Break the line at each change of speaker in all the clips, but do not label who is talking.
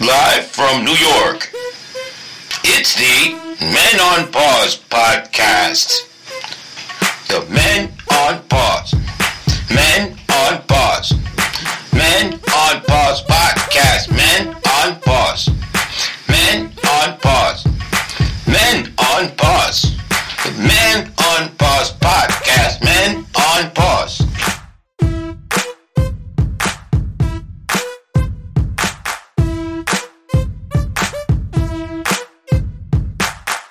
live from New York. It's the Men on Pause podcast. The Men on Pause. Men on Pause. Men on Pause podcast. Men on Pause. Men on Pause. Men on Pause. The Men on Pause podcast. Men on Pause.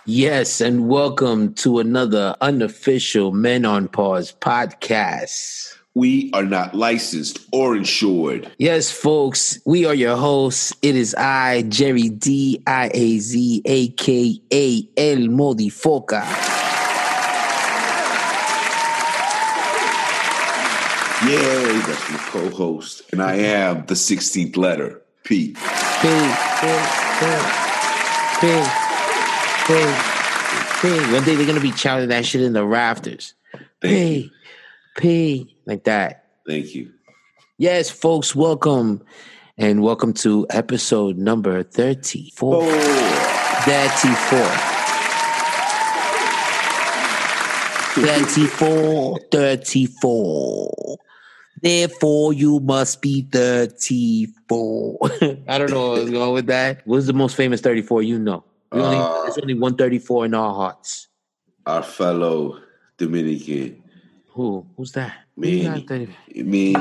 Yes, and welcome to another unofficial Men on Pause podcast.
We are not licensed or insured.
Yes, folks, we are your hosts. It is I, Jerry D I A Z, aka El Modifoca.
Yay, that's my co host. And I am the 16th letter, P.
P, P, P, P, P. One day they're gonna be shouting that shit in the rafters.
Thank you.
P, P, like that.
Thank you.
Yes, folks, welcome and welcome to episode number 34.
Oh,
34. 34, 34. Therefore, you must be 34. I don't know what's going with that. What's the most famous 34 you know? We only,
Uh,
there's only 134 in our hearts.
our fellow Dominican.
Who? Who's that?
Manny. I mean,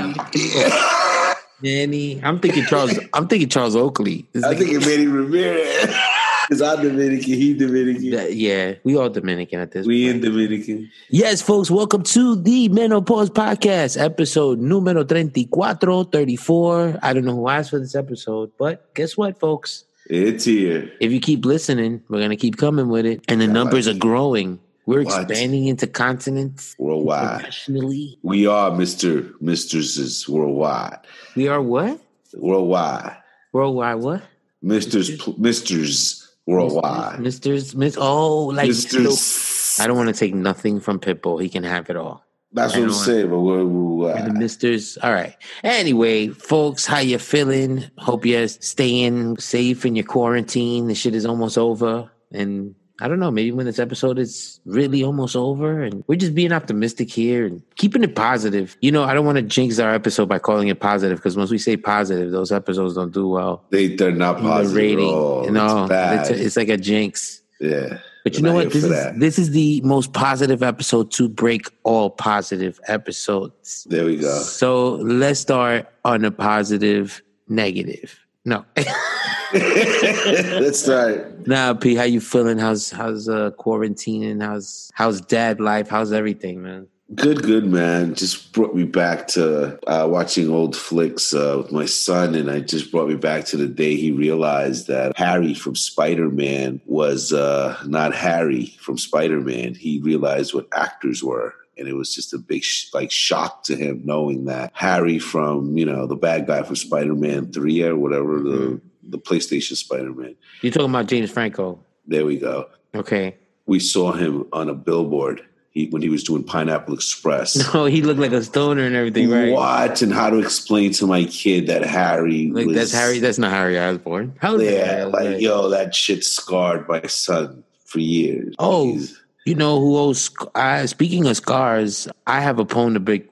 I
Manny. I'm thinking Charles. I'm thinking Charles Oakley. This nigga-
think it Manny Ramirez. Because I'm Dominican, he Dominican.
That- yeah, we all Dominican at this
We
point.
in Dominican.
yes, folks, welcome to the Menopause Podcast, episode numero 34, 34. I don't know who asked for this episode, but guess what, folks?
It's here.
If you keep listening, we're going to keep coming with it. And the numbers are growing. We're
What?
expanding into continents
Worldwide.
internationally.
We are Mr. Mistresses worldwide.
We are what?
Worldwide.
Worldwide what?
Misters, pl- misters worldwide.
Misters, Miss, oh, like,
Misters.
I don't want to take nothing from Pitbull. He can have it all.
That's
I
what I'm
don't
saying, but uh, we're, we're,
And the misters. All right. Anyway, folks, how you feeling? Hope you're staying safe in your quarantine. The shit is almost over. And I don't know, maybe when this episode is really almost over and we're just being optimistic here and keeping it positive. You know, I don't want to jinx our episode by calling it positive because once we say positive, those episodes don't do well.
they they're not
in The
positive at all. It's
no,
bad.
it's, it's like a jinx.
yeah,
But you
We're
know what?
not here
This
for
is,
that.
this is the most positive episode to break all positive episodes.
there we go.
So let's start on a positive negative. No.
That's right.
nah, P, how you feeling? How's how's uh quarantine and how's how's dad life? How's everything, man?
Good, good man. Just brought me back to uh, watching old flicks uh, with my son, and I just brought me back to the day he realized that Harry from Spider Man was uh, not Harry from Spider Man. He realized what actors were. And it was just a big sh- like shock to him knowing that Harry from you know the bad guy from Spider Man Three or whatever the the PlayStation Spider Man.
You're talking about James Franco.
There we go.
Okay.
We saw him on a billboard he, when he was doing Pineapple Express.
No, Oh, he looked like a stoner and everything, right?
what and how to explain to my kid that Harry
Like
was
that's Harry that's not Harry Osborne. How the
Yeah,
hell,
like
like-
yo, that shit scarred my son for years.
Oh.
He's-
You know who owes? sc- I, speaking of scars, I have a bone to pick.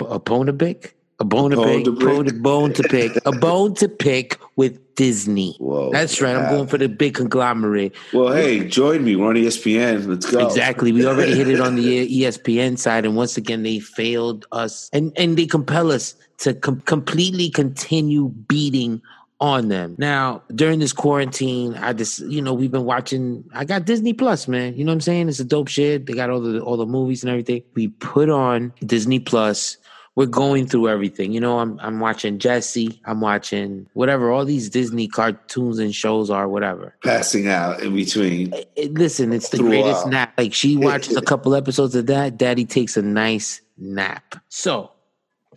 A bone to pick. A bone to
Bone
pick.
to pick.
Bone to, bone to pick. A bone to pick with Disney.
Whoa,
That's right. I'm
yeah.
going for the big conglomerate.
well, hey, join me. We're on E ESPN. Let's go.
Exactly. We already hit it on the E ESPN side, and once again, they failed us, and and they compel us to com- completely continue beating on them. Now, during this quarantine, I just you know we've been watching. I got Disney Plus, man. You know what I'm saying? It's a dope shit. They got all the all the movies and everything. We put on Disney Plus. We're going through everything. You know, I'm I'm watching Jesse. I'm watching whatever all these Disney cartoons and shows are, whatever
Passing out in between.
it- it- eh, listen, it's the
Throughout.
greatest nap. Like she watches a couple episodes of that, daddy takes a nice nap. So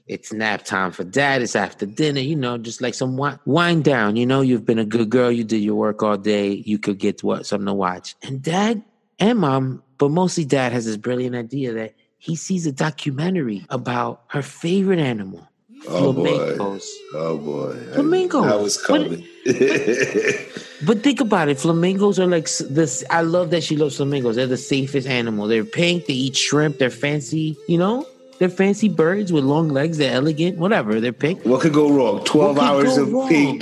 it's nap time for dad. It's after dinner, you know, just like some wi- wind down. You know, you've been a good girl. You did your work all day. You could get what something to watch. And dad and mom, but mostly dad has this brilliant idea that he sees a documentary about her favorite animal.
Oh, boy.
flamingos.
Oh boy, I-
Flamingo.
I, was
What-
coming.
But think about it. Flamingos are like s- this. I love that she loves flamingos. They're the safest animal. They're pink. They eat shrimp. They're fancy. You know, they're fancy birds with long legs. They're elegant. Whatever. They're pink.
what could go wrong? Twelve
could
hours
go
of
wrong?
pink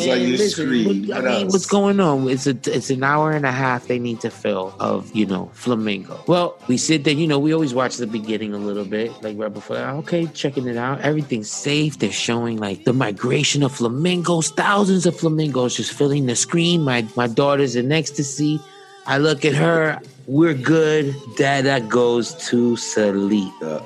Come
on
man,
your
listen,
screen.
what- I
What
mean,
else?
what's going on? It's a it's an hour and a half they need to fill of you know flamingo. Well, we sit there. You know, we always watch the beginning a little bit, like right before. Okay, checking it out. Everything's safe. They're showing like the migration of flamingos. Thousands of flamingos just filling the screen. My my daughter's in ecstasy. I look at her. We're good. Dada goes to sleep.
Uh,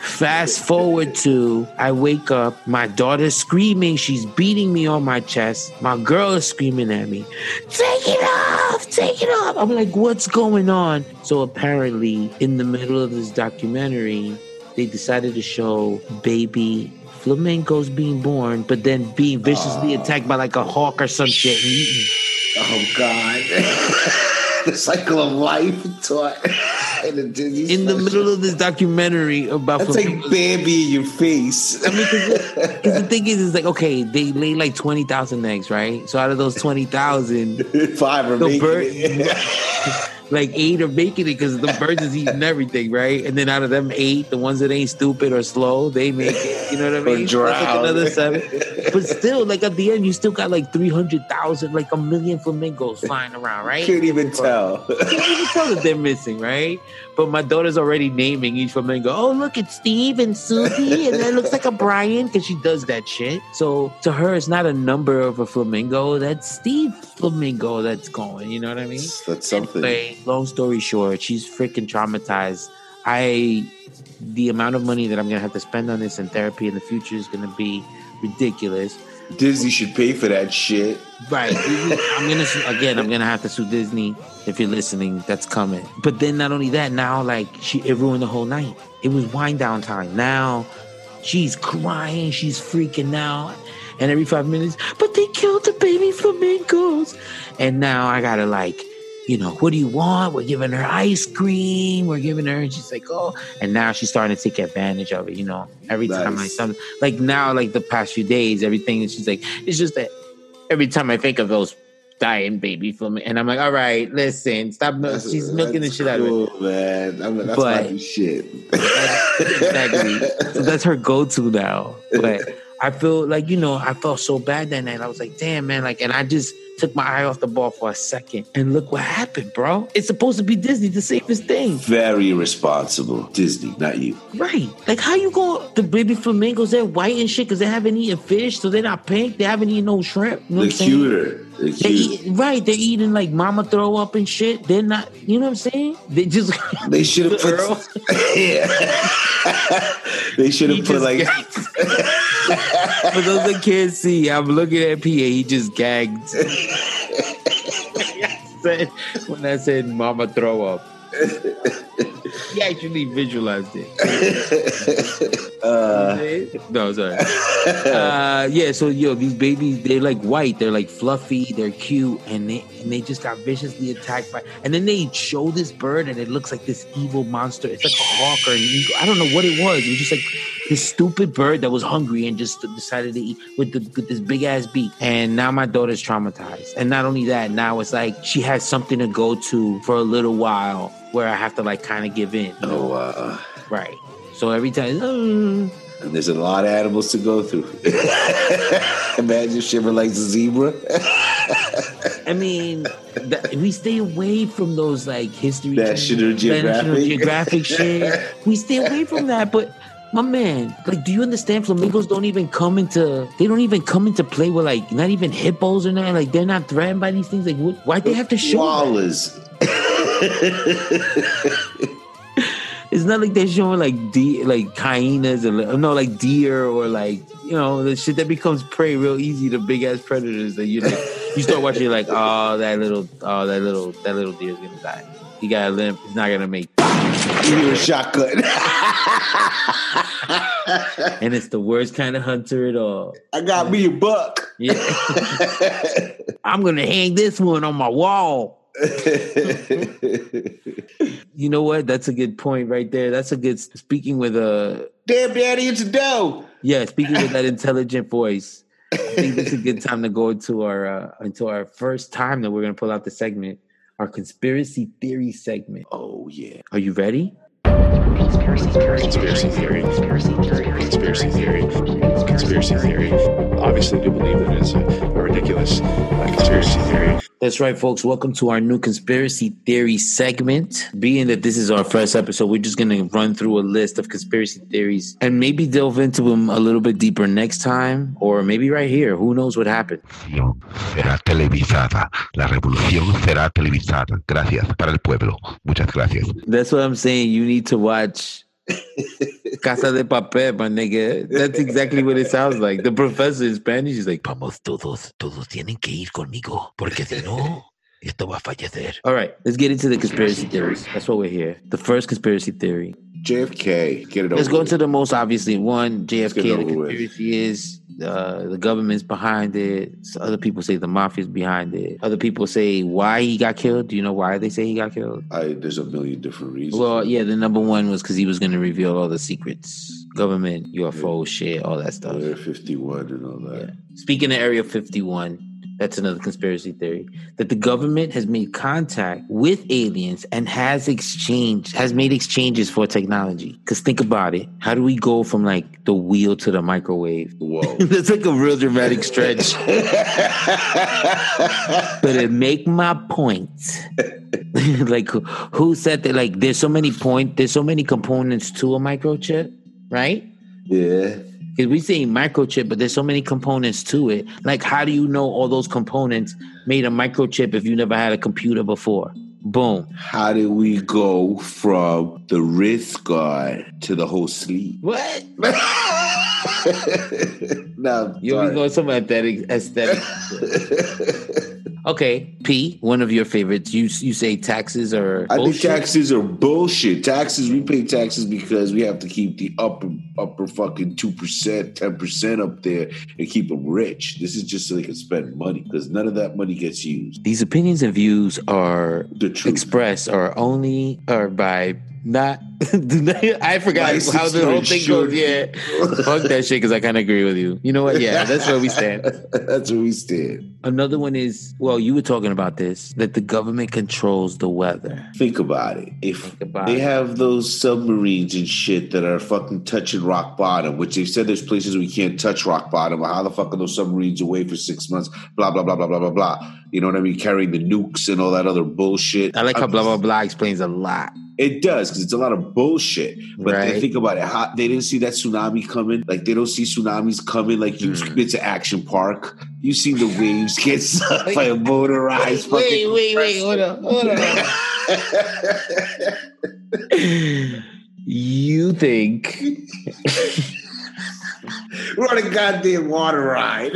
Fast forward to I wake up, my daughter's screaming, she's beating me on my chest. My girl is screaming at me, Take it off, take it off. I'm like, What's going on? So apparently, in the middle of this documentary, they decided to show baby flamingos being born, but then being viciously
Aw.
attacked by like a hawk or some shit and eaten.
oh God, the cycle of life taught in the Disney
In the
special.
middle of this documentary about
That's like Bambi in your face.
I mean, because the thing is, is like, okay, they lay like 20,000 eggs, right? So out of those 20,000,
Five are
The
making
bird-
it.
like eight are making it because the birds is eating everything, right? And then out of them eight, the ones that ain't stupid or slow, they make it. You know what I
Or
mean? So that's like
drown.
another seven. But still, like at the end, you still got like 300,000, like a million flamingos flying around, right?
Can't even tell.
You can't even tell that they're missing, right? But my daughter's already naming each flamingo. Oh, look, it's Steve and Susie, and that looks like a Brian because she does that shit. So to her, it's not a number of a flamingo. That's Steve flamingo that's going. You know what I mean?
That's something.
Anyway, long story short, she's freaking traumatized. I, the amount of money that I'm gonna have to spend on this in therapy in the future is gonna be ridiculous.
Disney should pay for that shit.
Right. Disney- I'm gonna sue- again. I'm gonna have to sue Disney if you're listening. That's coming. But then not only that, now like she it ruined the whole night. It was wind down time. Now she's crying. She's freaking out. And every five minutes, but they killed the baby flamingos. And now I gotta like, you know, what do you want? We're giving her ice cream. We're giving her, and she's like, oh. And now she's starting to take advantage of it. You know, every time I
Nice.
some like now, like the past few days, everything. And she's like, it's just that every time I think of those dying baby flamingo, and I'm like, all right, listen, stop. Mil-
That's-
she's milking the
that's
shit out of it.
cool, man. I'm, that's
But-
my new shit.
exactly. So that's her go-to now. But I feel like you know, I felt so bad that night. I was like, damn, man, like, and I just took my eye off the ball for a second, and look what happened, bro. It's supposed to be Disney, the safest thing,
Very responsible. Disney, not you.
right? Like, how you going? The baby flamingos, they're white and shit because they haven't eaten fish, so they're not pink. They haven't eaten no shrimp. You know
The
what I'm saying?
cuter. The
They
cuter.
eat, right, they're eating like mama throw up and shit. They're not, you know what I'm saying? They just
They should have put.
Earl.
yeah. they should
he
have put
just
like.
gagged. For those that can't see, I'm looking at PA. He just gagged. I said- when I said "mama throw up," he actually visualized it.
uh,
no, sorry. Uh, yeah, so yo, these babies, they're like white, they're like fluffy, they're cute, and they and they just got viciously attacked by. And then they show this bird, and it looks like this evil monster. It's like a hawk or an eagle. I don't know what it was. It was just like this stupid bird that was hungry and just decided to eat with, the, with this big ass beak. And now my daughter's traumatized. And not only that, now it's like she has something to go to for a little while where I have to like kind of give in.
oh, wow.
Right. So every time. "Mm."
And there's a lot of animals to go through. Imagine shiver like a zebra.
I mean, that, we stay away from those like history,
National
Channel, National
Geographic.
Geographic shit. We stay away from that. But my man, like, do you understand? Flamingos don't even come into they don't even come into play with like not even hippos or nothing. Like they're not threatened by these things. Like what, why they have to show? that?
Koalas.
It's not like they're showing like de- like hyenas or like- no like deer or like you know the shit that becomes prey real easy to big ass predators that you like you start watching you're like oh that little oh that little that little deer's gonna die he got a limp he's not gonna make
Give you a shotgun.
and it's the worst kind of hunter at all
I got me a buck.
yeah I'm gonna hang this one on my wall you know what that's a good point right there that's a good speaking with a
Damn, daddy, it's a dough.
Yeah, speaking with that intelligent voice, I think it's a good time to go into our uh, into our first time that we're gonna pull out the segment, our conspiracy theory segment.
Oh yeah.
Are you ready?
Conspiracy theory. Conspiracy theory. Conspiracy theory.
conspiracy theory. Conspiracy theory. Obviously, do believe that it's a, a ridiculous uh, conspiracy theory.
That's right, folks. Welcome to our new conspiracy theory segment. Being that this is our first episode, we're just going to run through a list of conspiracy theories and maybe delve into them a little bit deeper next time, or maybe right here. Who knows what happened?
revolución será televisada. La revolución será televisada. Gracias para el pueblo. Muchas gracias.
That's what I'm saying. You need to watch Casa de Papel, my nigga. That's exactly what it sounds like. The professor in Spanish is like,
Vamos todos, todos tienen que ir conmigo, porque si no, esto va a fallecer.
all right, let's get into the conspiracy theories. That's what we're here. The first conspiracy theory
JFK, get it over.
Let's go
with.
to the most obviously one. JFK,
get it
the
over with.
conspiracy is uh, the government's behind it. So other people say the mafia's behind it. Other people say why he got killed. Do you know why they say he got killed?
I, there's a million different reasons.
Well, yeah, the number one was because he was going to reveal all the secrets, government, UFO shit, all that stuff.
Area 51 and all that.
Yeah. Speaking of Area 51, that's another conspiracy theory that the government has made contact with aliens and has exchanged, has made exchanges for technology. Because think about it. How do we go from like the wheel to the microwave?
Whoa.
that's like a real dramatic stretch. but it make my point. like who- who said that like there's so many point there's so many components to a microchip, right?
yeah.
Because we say microchip, but there's so many components to it. Like, how do you know all those components made a microchip if you never had a computer before? Boom.
How did we go from the wrist guard to the whole sleeve?
What?
no, I'm
You always
sorry.
going some aesthetic aesthetic. okay, P, one of your favorites. You you say taxes are
I think
bullshit?
taxes are bullshit. Taxes, we pay taxes because we have to keep the upper, upper fucking two percent, ten percent up there, and keep them rich. This is just so they can spend money because none of that money gets used.
These opinions and views are
The truth.
expressed are only are by not. I forgot
Licensed
how the
or
whole thing goes.
insured
Yeah, fuck that shit because I kind of agree with you. You know what? Yeah, that's where we stand.
That's where we stand.
Another one is well, you were talking about this that the government controls the weather.
Think about it. If
about
they
it.
have those submarines and shit that are fucking touching rock bottom, which they've said there's places we can't touch rock bottom. How the fuck are those submarines away for six months? Blah blah blah blah blah blah blah. You know what I mean? Carrying the nukes and all that other bullshit.
I like how
I'm-
blah blah blah explains a lot.
It does because it's a lot of bullshit. But
Right.
they think about it. How, they didn't see that tsunami coming. Like they don't see tsunamis coming. Like you,
Hmm.
it's an action park. You see the waves get sucked by a motorized fucking.
hold on, hold you think
We're on a goddamn water ride.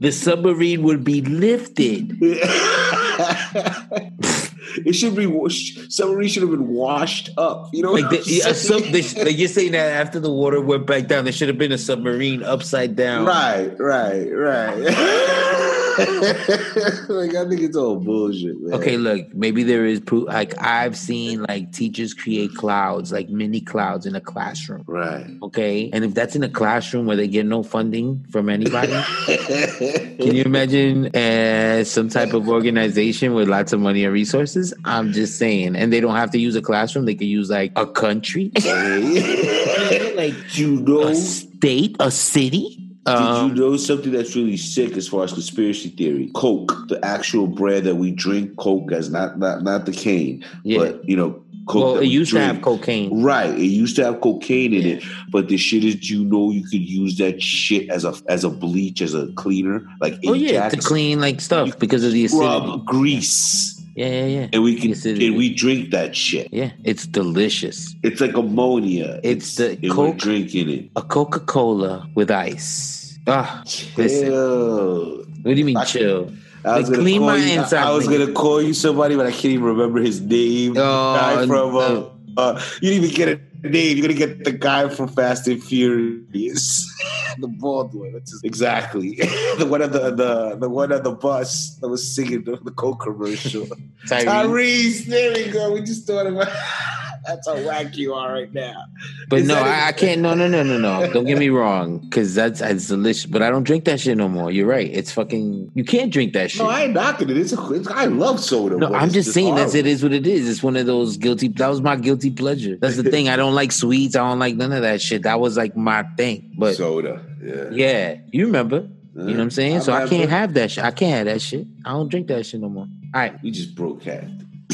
the submarine would be lifted?
it should be washed. Submarine should have been washed up. You know,
Like,
what
the,
I'm
a sub,
saying?
they, sh- like you're saying that after the water went back down, there should have been a submarine upside down.
Right, right, right. like I think it's all bullshit, man.
Okay, look, maybe there is proof. Like I've seen, like teachers create clouds, like mini clouds in a classroom.
Right.
Okay, and if that's in a classroom where they get no funding from anybody, can you imagine uh, some type of organization with lots of money and resources? I'm just saying, and they don't have to use a classroom; they could use like a country,
like you know,
a state, a city.
did
Um,
you know something that's really sick as far as conspiracy theory? Coke, the actual bread that we drink, Coke as not not not the cane,
Yeah.
but you know, Coke.
well,
that
it
we
used to have
drink.
cocaine.
Right, it used to have cocaine in it, but the shit is, you know, you could use that shit as a as a bleach, as a cleaner, like
Oh yeah, to
Ajax,
clean like stuff because of the acidity.
scrub, grease,
Yeah, yeah, yeah.
and we can
Acidity.
and we drink that shit.
Yeah, it's delicious.
It's like ammonia.
It's the
and we're
Coke-
drinking it.
A Coca Cola with ice. Ah, listen.
Ew.
What do you mean
I-
chill?
I was
Like,
gonna
clean
call
my
you, I-
inside,
I, was
nigga.
gonna call you somebody, but I can't even remember his name. The
Oh,
guy from uh,
no.
uh, you didn't even get a name. You're gonna get the guy from Fast and Furious, the bald one. That's his- exactly the one on the, the the one on the bus that was singing the, the Coke commercial.
Tyrese.
Tyrese, there we go. We just thought about.
That's how whack you are right now.
But
Is
no,
that it?
I, I can't. No, no, no, no, no. Don't get me wrong, because that's it's delicious. But I don't drink that shit no more. You're right. It's fucking. You can't drink that shit.
No, I ain't knocking it. It's, a, it's I love soda.
No,
but
I'm
it's
just saying that's it
horrible.
is what it is. It's one of those guilty. That was my guilty pleasure. That's the thing. I don't like sweets. I don't like none of that shit. That was like my thing. But
soda. Yeah.
yeah, you remember. You know what I'm saying?
I
so I
remember.
can't have that shit. I can't have that shit. I don't drink that shit no more. All right.
We just broke cat.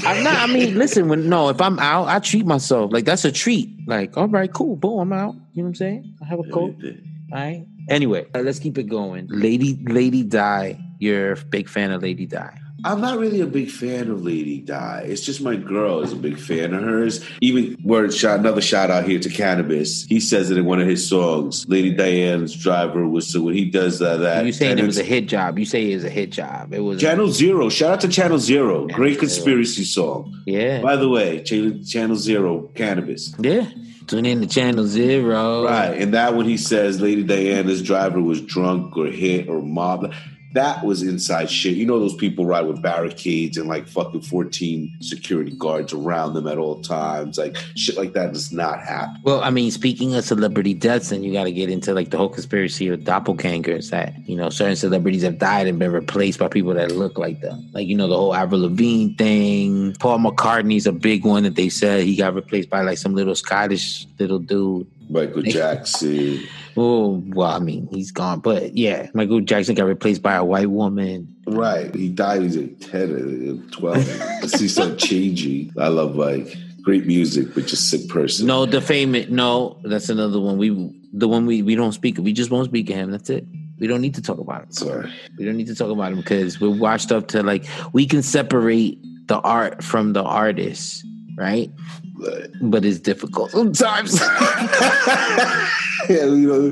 I'm not. I mean, listen. When no, if I'm out, I treat myself. Like that's a treat. Like all right, cool, boom, I'm out. You know what I'm saying? I have a coke. All right. Anyway, all right, let's keep it going. Lady, Lady Di, you're a big fan of Lady Di.
I'm not really a big fan of Lady Di. It's just my girl is a big fan of hers. Even word shot another shout out here to Cannabis. He says it in one of his songs. Lady Diane's driver was so when he does uh, that.
You saying
and
it was a
it's-
hit job? You say it was a hit job. It was.
Channel Zero. Shout out to Channel Zero. Great
Zero.
conspiracy song.
yeah.
By the way, Channel Channel Zero, Cannabis.
Yeah. Tune in to Channel Zero.
Right. And that when he says Lady Diana's driver was drunk or hit or mobbed, that was inside shit. You know those people ride with barricades and like fucking 14 security guards around them at all times. Like shit like that does not happen.
Well, I mean, speaking of celebrity deaths, and you got to get into like the whole conspiracy of doppelgangers that you know certain celebrities have died and been replaced by people that look like them. Like you know the whole Avril Lavigne thing. Paul McCartney's a big one that they said he got replaced by like some little Scottish little dude.
Michael Jackson.
Oh, well, I mean, he's gone, but yeah, Michael Jackson got replaced by a white woman.
Right. He died as a 10 or 12. I see some changing. I love like great music, but just sick person.
No, the famous. No, that's another one. We the one we we don't speak. We just won't speak of him. That's it. We don't need to talk about him.
Sorry.
We don't need to talk about him because we're washed up to like we can separate the art from the artist, right?
But-
But it's difficult sometimes.
yeah, you know,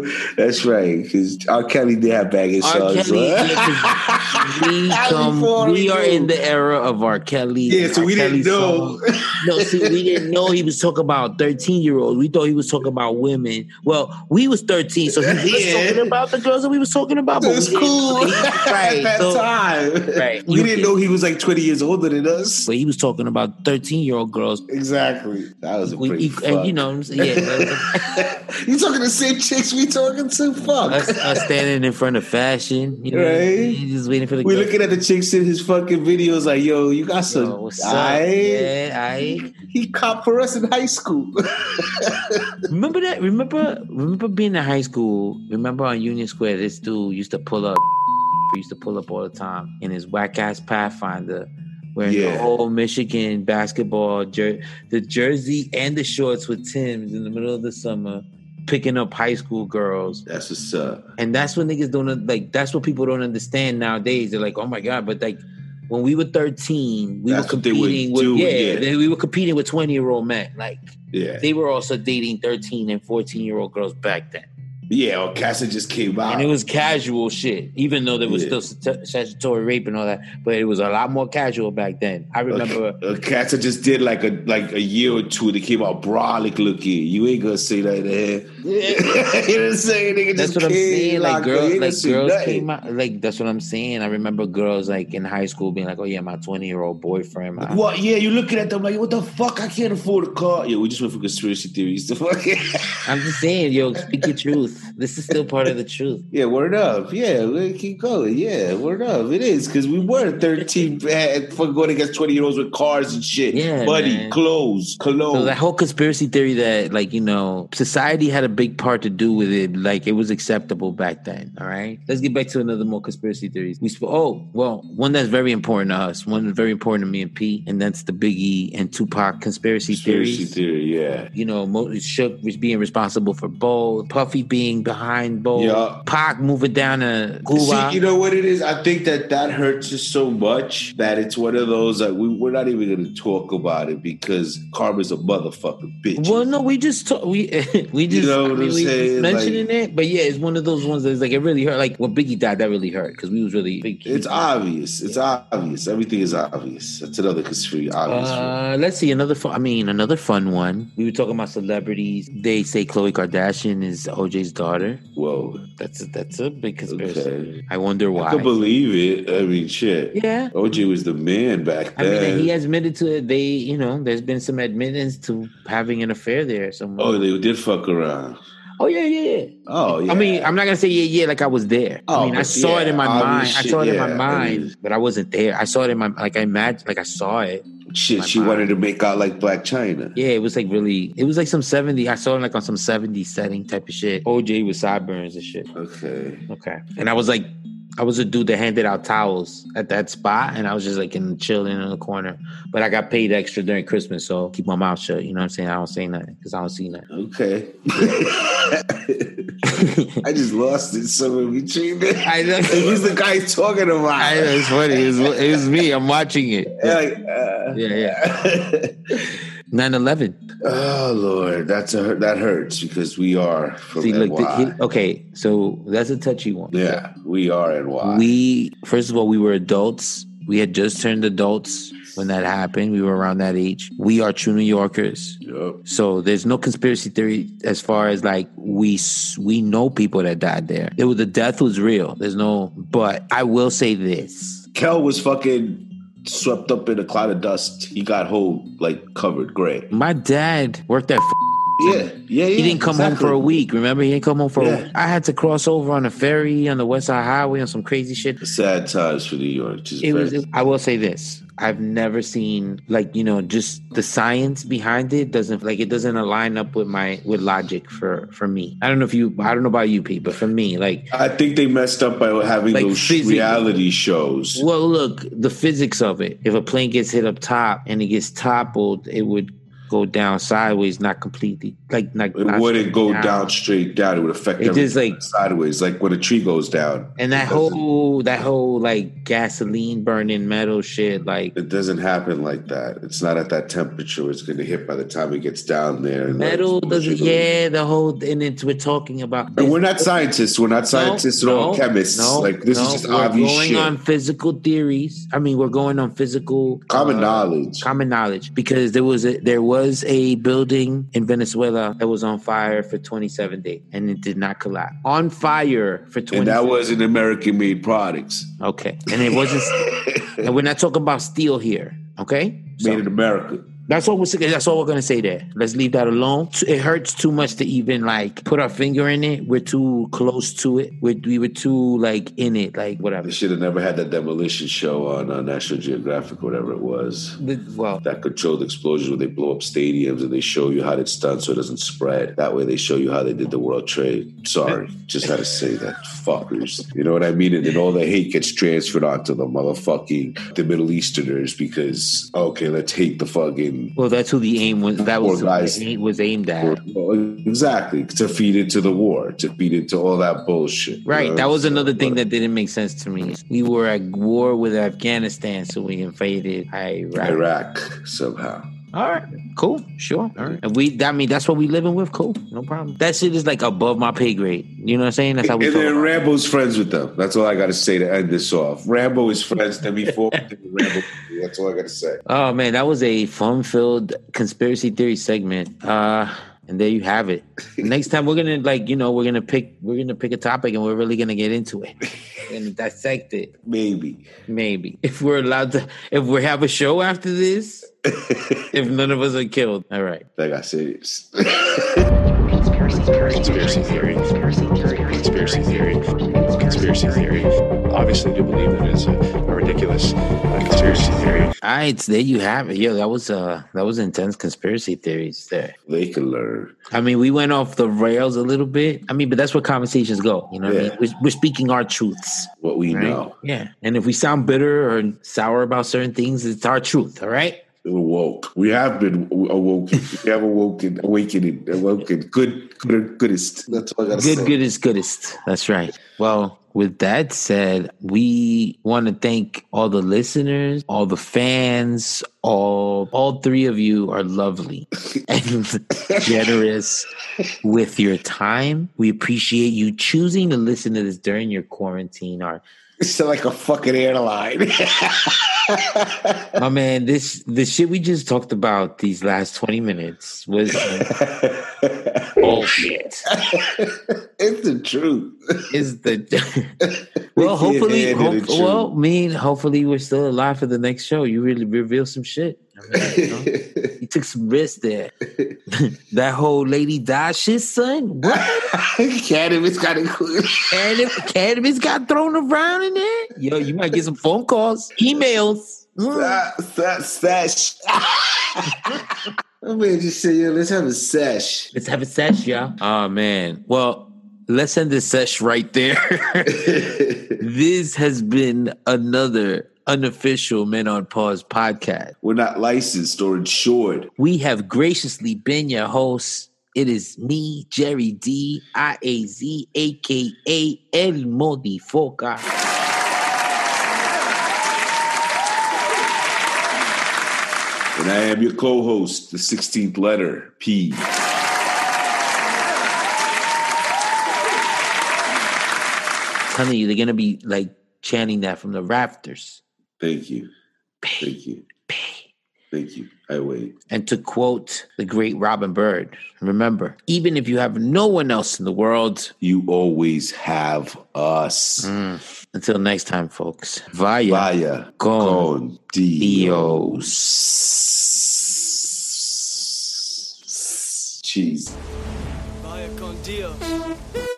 that's right. Because R. Kelly did have bag
R.
songs.
Kelly,
right?
yeah, 'cause we, come-
Before
we
we
are
do.
in the era of R. Kelly.
Yeah,
and
so
R.
we didn't
Kelly
know.
songs. No, see, we didn't know he was talking about 13 year olds. We thought he was talking about women. Well, we was 13, so he was
Yeah.
talking about the girls that we was talking about. But
It was
we didn't-
cool
Right.
at that
so-
time.
Right.
We
You
didn't
can-
know he was like 20 years older than us.
But he was talking about 13 year old girls.
Exactly. That was a
We,
pretty
you, and you know what I'm saying? Yeah.
you talking the same chicks we talking to? Fuck.
us, us standing in front of fashion, you know, what I
Right.
mean? just waiting for the.
we
girl-
looking at the chicks in his fucking videos like, yo, you got some.
Yo, what's up?
Aight.
Yeah, I
He copped for us in high school.
remember that. Remember, remember being in high school. Remember on Union Square, this dude used to pull up. He used to pull up all the time in his whack ass Pathfinder, wearing
Yeah.
the whole Michigan basketball jer- the jersey and the shorts with Tim's in the middle of the summer, picking up high school girls.
That's what's up.
And that's what niggas don't like. That's what people don't understand nowadays. They're like, oh my god, but like when we were thirteen, we
That's
were
what they were
competing with
doing,
yeah,
yeah.
they- we were competing with twenty year old men. Like
Yeah.
they were also dating thirteen and fourteen year old girls back then,
Yeah, oh, Cassie just came out.
and it was casual shit. Even though there was still
Yeah.
sat- statutory rape and all that, but it was a lot more casual back then. I remember.
Uh, Cassie just did like a like a year or two. They came out brolic looking. You ain't gonna say that in here. you know what I'm saying? Nigga
That's
just
what I'm
came
saying. Like
out, you
girls,
ain't gonna
like
say
girls
nothing.
came out. Like that's what I'm saying. I remember girls like in high school being like, "Oh yeah, my 20 year old boyfriend." my-
What? Yeah, you looking at them like, what the fuck? I can't afford a car. Yeah, we just went for conspiracy theories. The fuck?
I'm just saying, yo, speak your truth. This is still part of the truth.
yeah, word up. Yeah, we keep going. Yeah, word up. It is because we were 13, had- fucking going against 20 year olds with cars and shit.
Yeah,
Money,
man.
clothes, cologne.
So that whole conspiracy theory that, like, you know, society had a big part to do with it. Like, it was acceptable back then. All right, let's get back to another more conspiracy theories. We spoke. Oh, well, one that's very important to us. One that's very important to me and P, and that's the Big E and Tupac conspiracy,
conspiracy
theories.
theory, yeah.
You know, Mo- Shook was being responsible for both, Puffy being behind both,
Yeah.
Pac moving down to Cuba.
See, you know what it is? I think that that hurts us so much that it's one of those that we, we're not even going to talk about it because karma's a motherfucking bitch.
Well, no, we just talk, we we just,
know
I
what
mean,
I'm
we just
saying?
mentioning
Like-
it, but yeah, it's one of those ones that's like it really hurt. Like when Biggie died, that really hurt because we was really big.
It's obvious. It's obvious. Everything is obvious. That's another conspiracy. Obvious. one.
Uh, let's see another. Fun, I mean, another fun one. We were talking about celebrities. They say Khloe Kardashian is OJ's daughter.
Whoa.
That's a, that's a big conspiracy.
Okay.
I wonder
I
why.
could believe it. I mean, shit.
yeah.
OJ was the man back
I mean,
then.
he admitted to it. They, you know, there's been some admittance to having an affair there somewhere.
oh, they did fuck around.
Oh, yeah, yeah, yeah.
Oh, yeah.
I mean, I'm not gonna say yeah, yeah, like I was there.
Oh,
I mean, I
but
saw it in my
yeah,
mind.
obvious
I saw it in
shit,
my
yeah,
mind,
I mean-
but I wasn't there. I saw it in my like I imagine, like I saw it.
shit.
my
She
mind.
wanted to make out like Black China.
Yeah, it was like really. It was like some seventy. I saw it like on some seventy setting type of shit. OJ with sideburns and shit.
Okay.
Okay, and I was like, I was a dude that handed out towels at that spot, and I was just like in chilling in the corner. But I got paid extra during Christmas, so keep my mouth shut. You know what I'm saying? I don't say nothing because I don't see nothing.
Okay. I just lost it. So when we treatment.
I know.
Who's the guy talking about?
I know, it's funny. It was, it was me. I'm watching it.
Like, uh,
Yeah, yeah. 9 11.
oh Lord, that's a hurt- that hurts because we are from
See, look, the,
NY.
he- okay, so that's a touchy one.
yeah, we are NY.
We, first of all, we were adults. We had just turned adults when that happened. We were around that age. We are true New Yorkers.
Yup.
So there's no conspiracy theory as far as like we s- we know people that died there. It was the death was real. There's no but I will say this.
Kel was fucking swept up in a cloud of dust. He got home like covered gray.
My dad worked at
Yeah, yeah, yeah.
He didn't come home for a week. Remember, he didn't come home for a
Yeah.
week. I had to cross over on a ferry on the West Side Highway on some crazy shit.
Sad times for New York. Just
It
very-
was. I will say this: I've never seen like you know just the science behind it doesn't like it doesn't align up with my with logic for for me. I don't know if you. I don't know about you, Pete, but for me, like
I think they messed up by having
Like
those
physically.
reality shows.
Well, look, the physics of it. If a plane gets hit up top and it gets toppled, it would go down sideways, not completely. Like, not,
It
not
wouldn't
straight
go down straight down. It would affect
It just,
everything
like-
sideways, like when a tree goes down.
And that
It doesn't-
whole, that whole like gasoline burning metal shit, like
It doesn't happen like that. It's not at that temperature. It's going to hit by the time it gets down there. and, like,
metal
it's
doesn't.
gonna-
Yeah, the whole, and it's we're talking about.
And we're not scientists. We're not scientists at all. Chemists. like this
no,
is just
we're
obvious
going
shit.
on physical theories. I mean, we're going on physical
Common
uh,
knowledge.
common knowledge because there was a there was a building in Venezuela that was on fire for 27 days and it did not collapse. On fire for 27.
and that was an American-made products
okay, and it wasn't. and we're not talking about steel here. Okay, So,
made in America.
that's all we're that's all we're gonna say there. Let's leave that alone. It hurts too much to even like put our finger in it. We're too close to it. We we were too like in it. Like whatever.
They should have never had that demolition show on uh, National Geographic, whatever it was.
Well,
That controlled explosions where they blow up stadiums and they show you how it's done so it doesn't spread. That way they show you how they did the World Trade. Sorry, just had to say that. Fuckers. You know what I mean? And then all the hate gets transferred onto the motherfucking the Middle Easterners because okay, let's hate the fucking
well, that's who the aim was. That
Poor
was
guys.
the aim was aimed at.
well, exactly to feed into the war, to feed into all that bullshit. you
Right.
know?
That was
So,
another thing
whatever.
that didn't make sense to me. We were at war with Afghanistan, so we invaded Iraq.
Iraq somehow.
All right. Cool. Sure. All right. And we, I mean, that's what we living with. Cool. No problem. That shit is like above my pay grade. You know what I'm saying? That's how we
and
talk
then
about it.
Rambo's friends with them. That's all I got to say to end this off. Rambo is friends to me for Rambo. That's all I got to say.
Oh, man. That was a fun filled conspiracy theory segment. Uh, and there you have it. Next time we're gonna like you know we're gonna pick we're gonna pick a topic and we're really gonna get into it and dissect it.
Maybe.
Maybe if we're allowed to, if we have a show after this, if none of us are killed. All right.
Like I said, it's-
Conspiracy theory.
Conspiracy theory.
Conspiracy theory.
Conspiracy theory. Conspiracy theory. Obviously, I do believe that it's a, a ridiculous uh, conspiracy theory.
All right. So there you have it. Yo, that was uh that was intense conspiracy theories there.
they can learn.
I mean, we went off the rails a little bit. I mean, but that's where conversations go. You know, what I
Yeah.
mean? we're, we're speaking our truths.
What we
Right?
know,
Yeah. And if we sound bitter or sour about certain things, it's our truth. All right.
we're woke. We have been awoken. we have awoken, awakening, awoken. Good, good, goodest. That's all I got to say.
Good, goodest, goodest. That's right. Well, with that said, we want to thank all the listeners, all the fans, all all three of you are lovely and generous with your time. We appreciate you choosing to listen to this during your quarantine. Our
It's like a fucking airline.
My man, this the shit we just talked about these last 20 minutes was bullshit.
it's the truth.
Is the well,
They can't
hopefully,
handle the
hope,
truth.
well, I mean, hopefully, we're still alive for the next show. You really reveal some shit. I mean, you know? you took some risks there. that whole lady die shit, son. What?
Cannabis got included.
Cannabis, cannabis got thrown around in there. Yo, you might get some phone calls, emails. Mm.
Stop, stop, sesh. My man just said, yo, let's have a sesh.
Let's have a sesh, y'all. Oh man. Well, let's end the sesh right there. this has been another unofficial Men on Pause podcast.
We're not licensed or insured.
We have graciously been your hosts. It is me, Jerry D, I A Z, aka El Modifoca.
And I am your co host, the 16th letter, P.
Telling you, they're gonna be like chanting that from the rafters.
Thank you. Thank you. Thank you. I wait.
And to quote the great Robin Bird, remember, even if you have no one else in the world,
You always have us.
until next time, folks. Vaya.
Vaya
Con
con Dios. Cheese.
Vaya con Dios.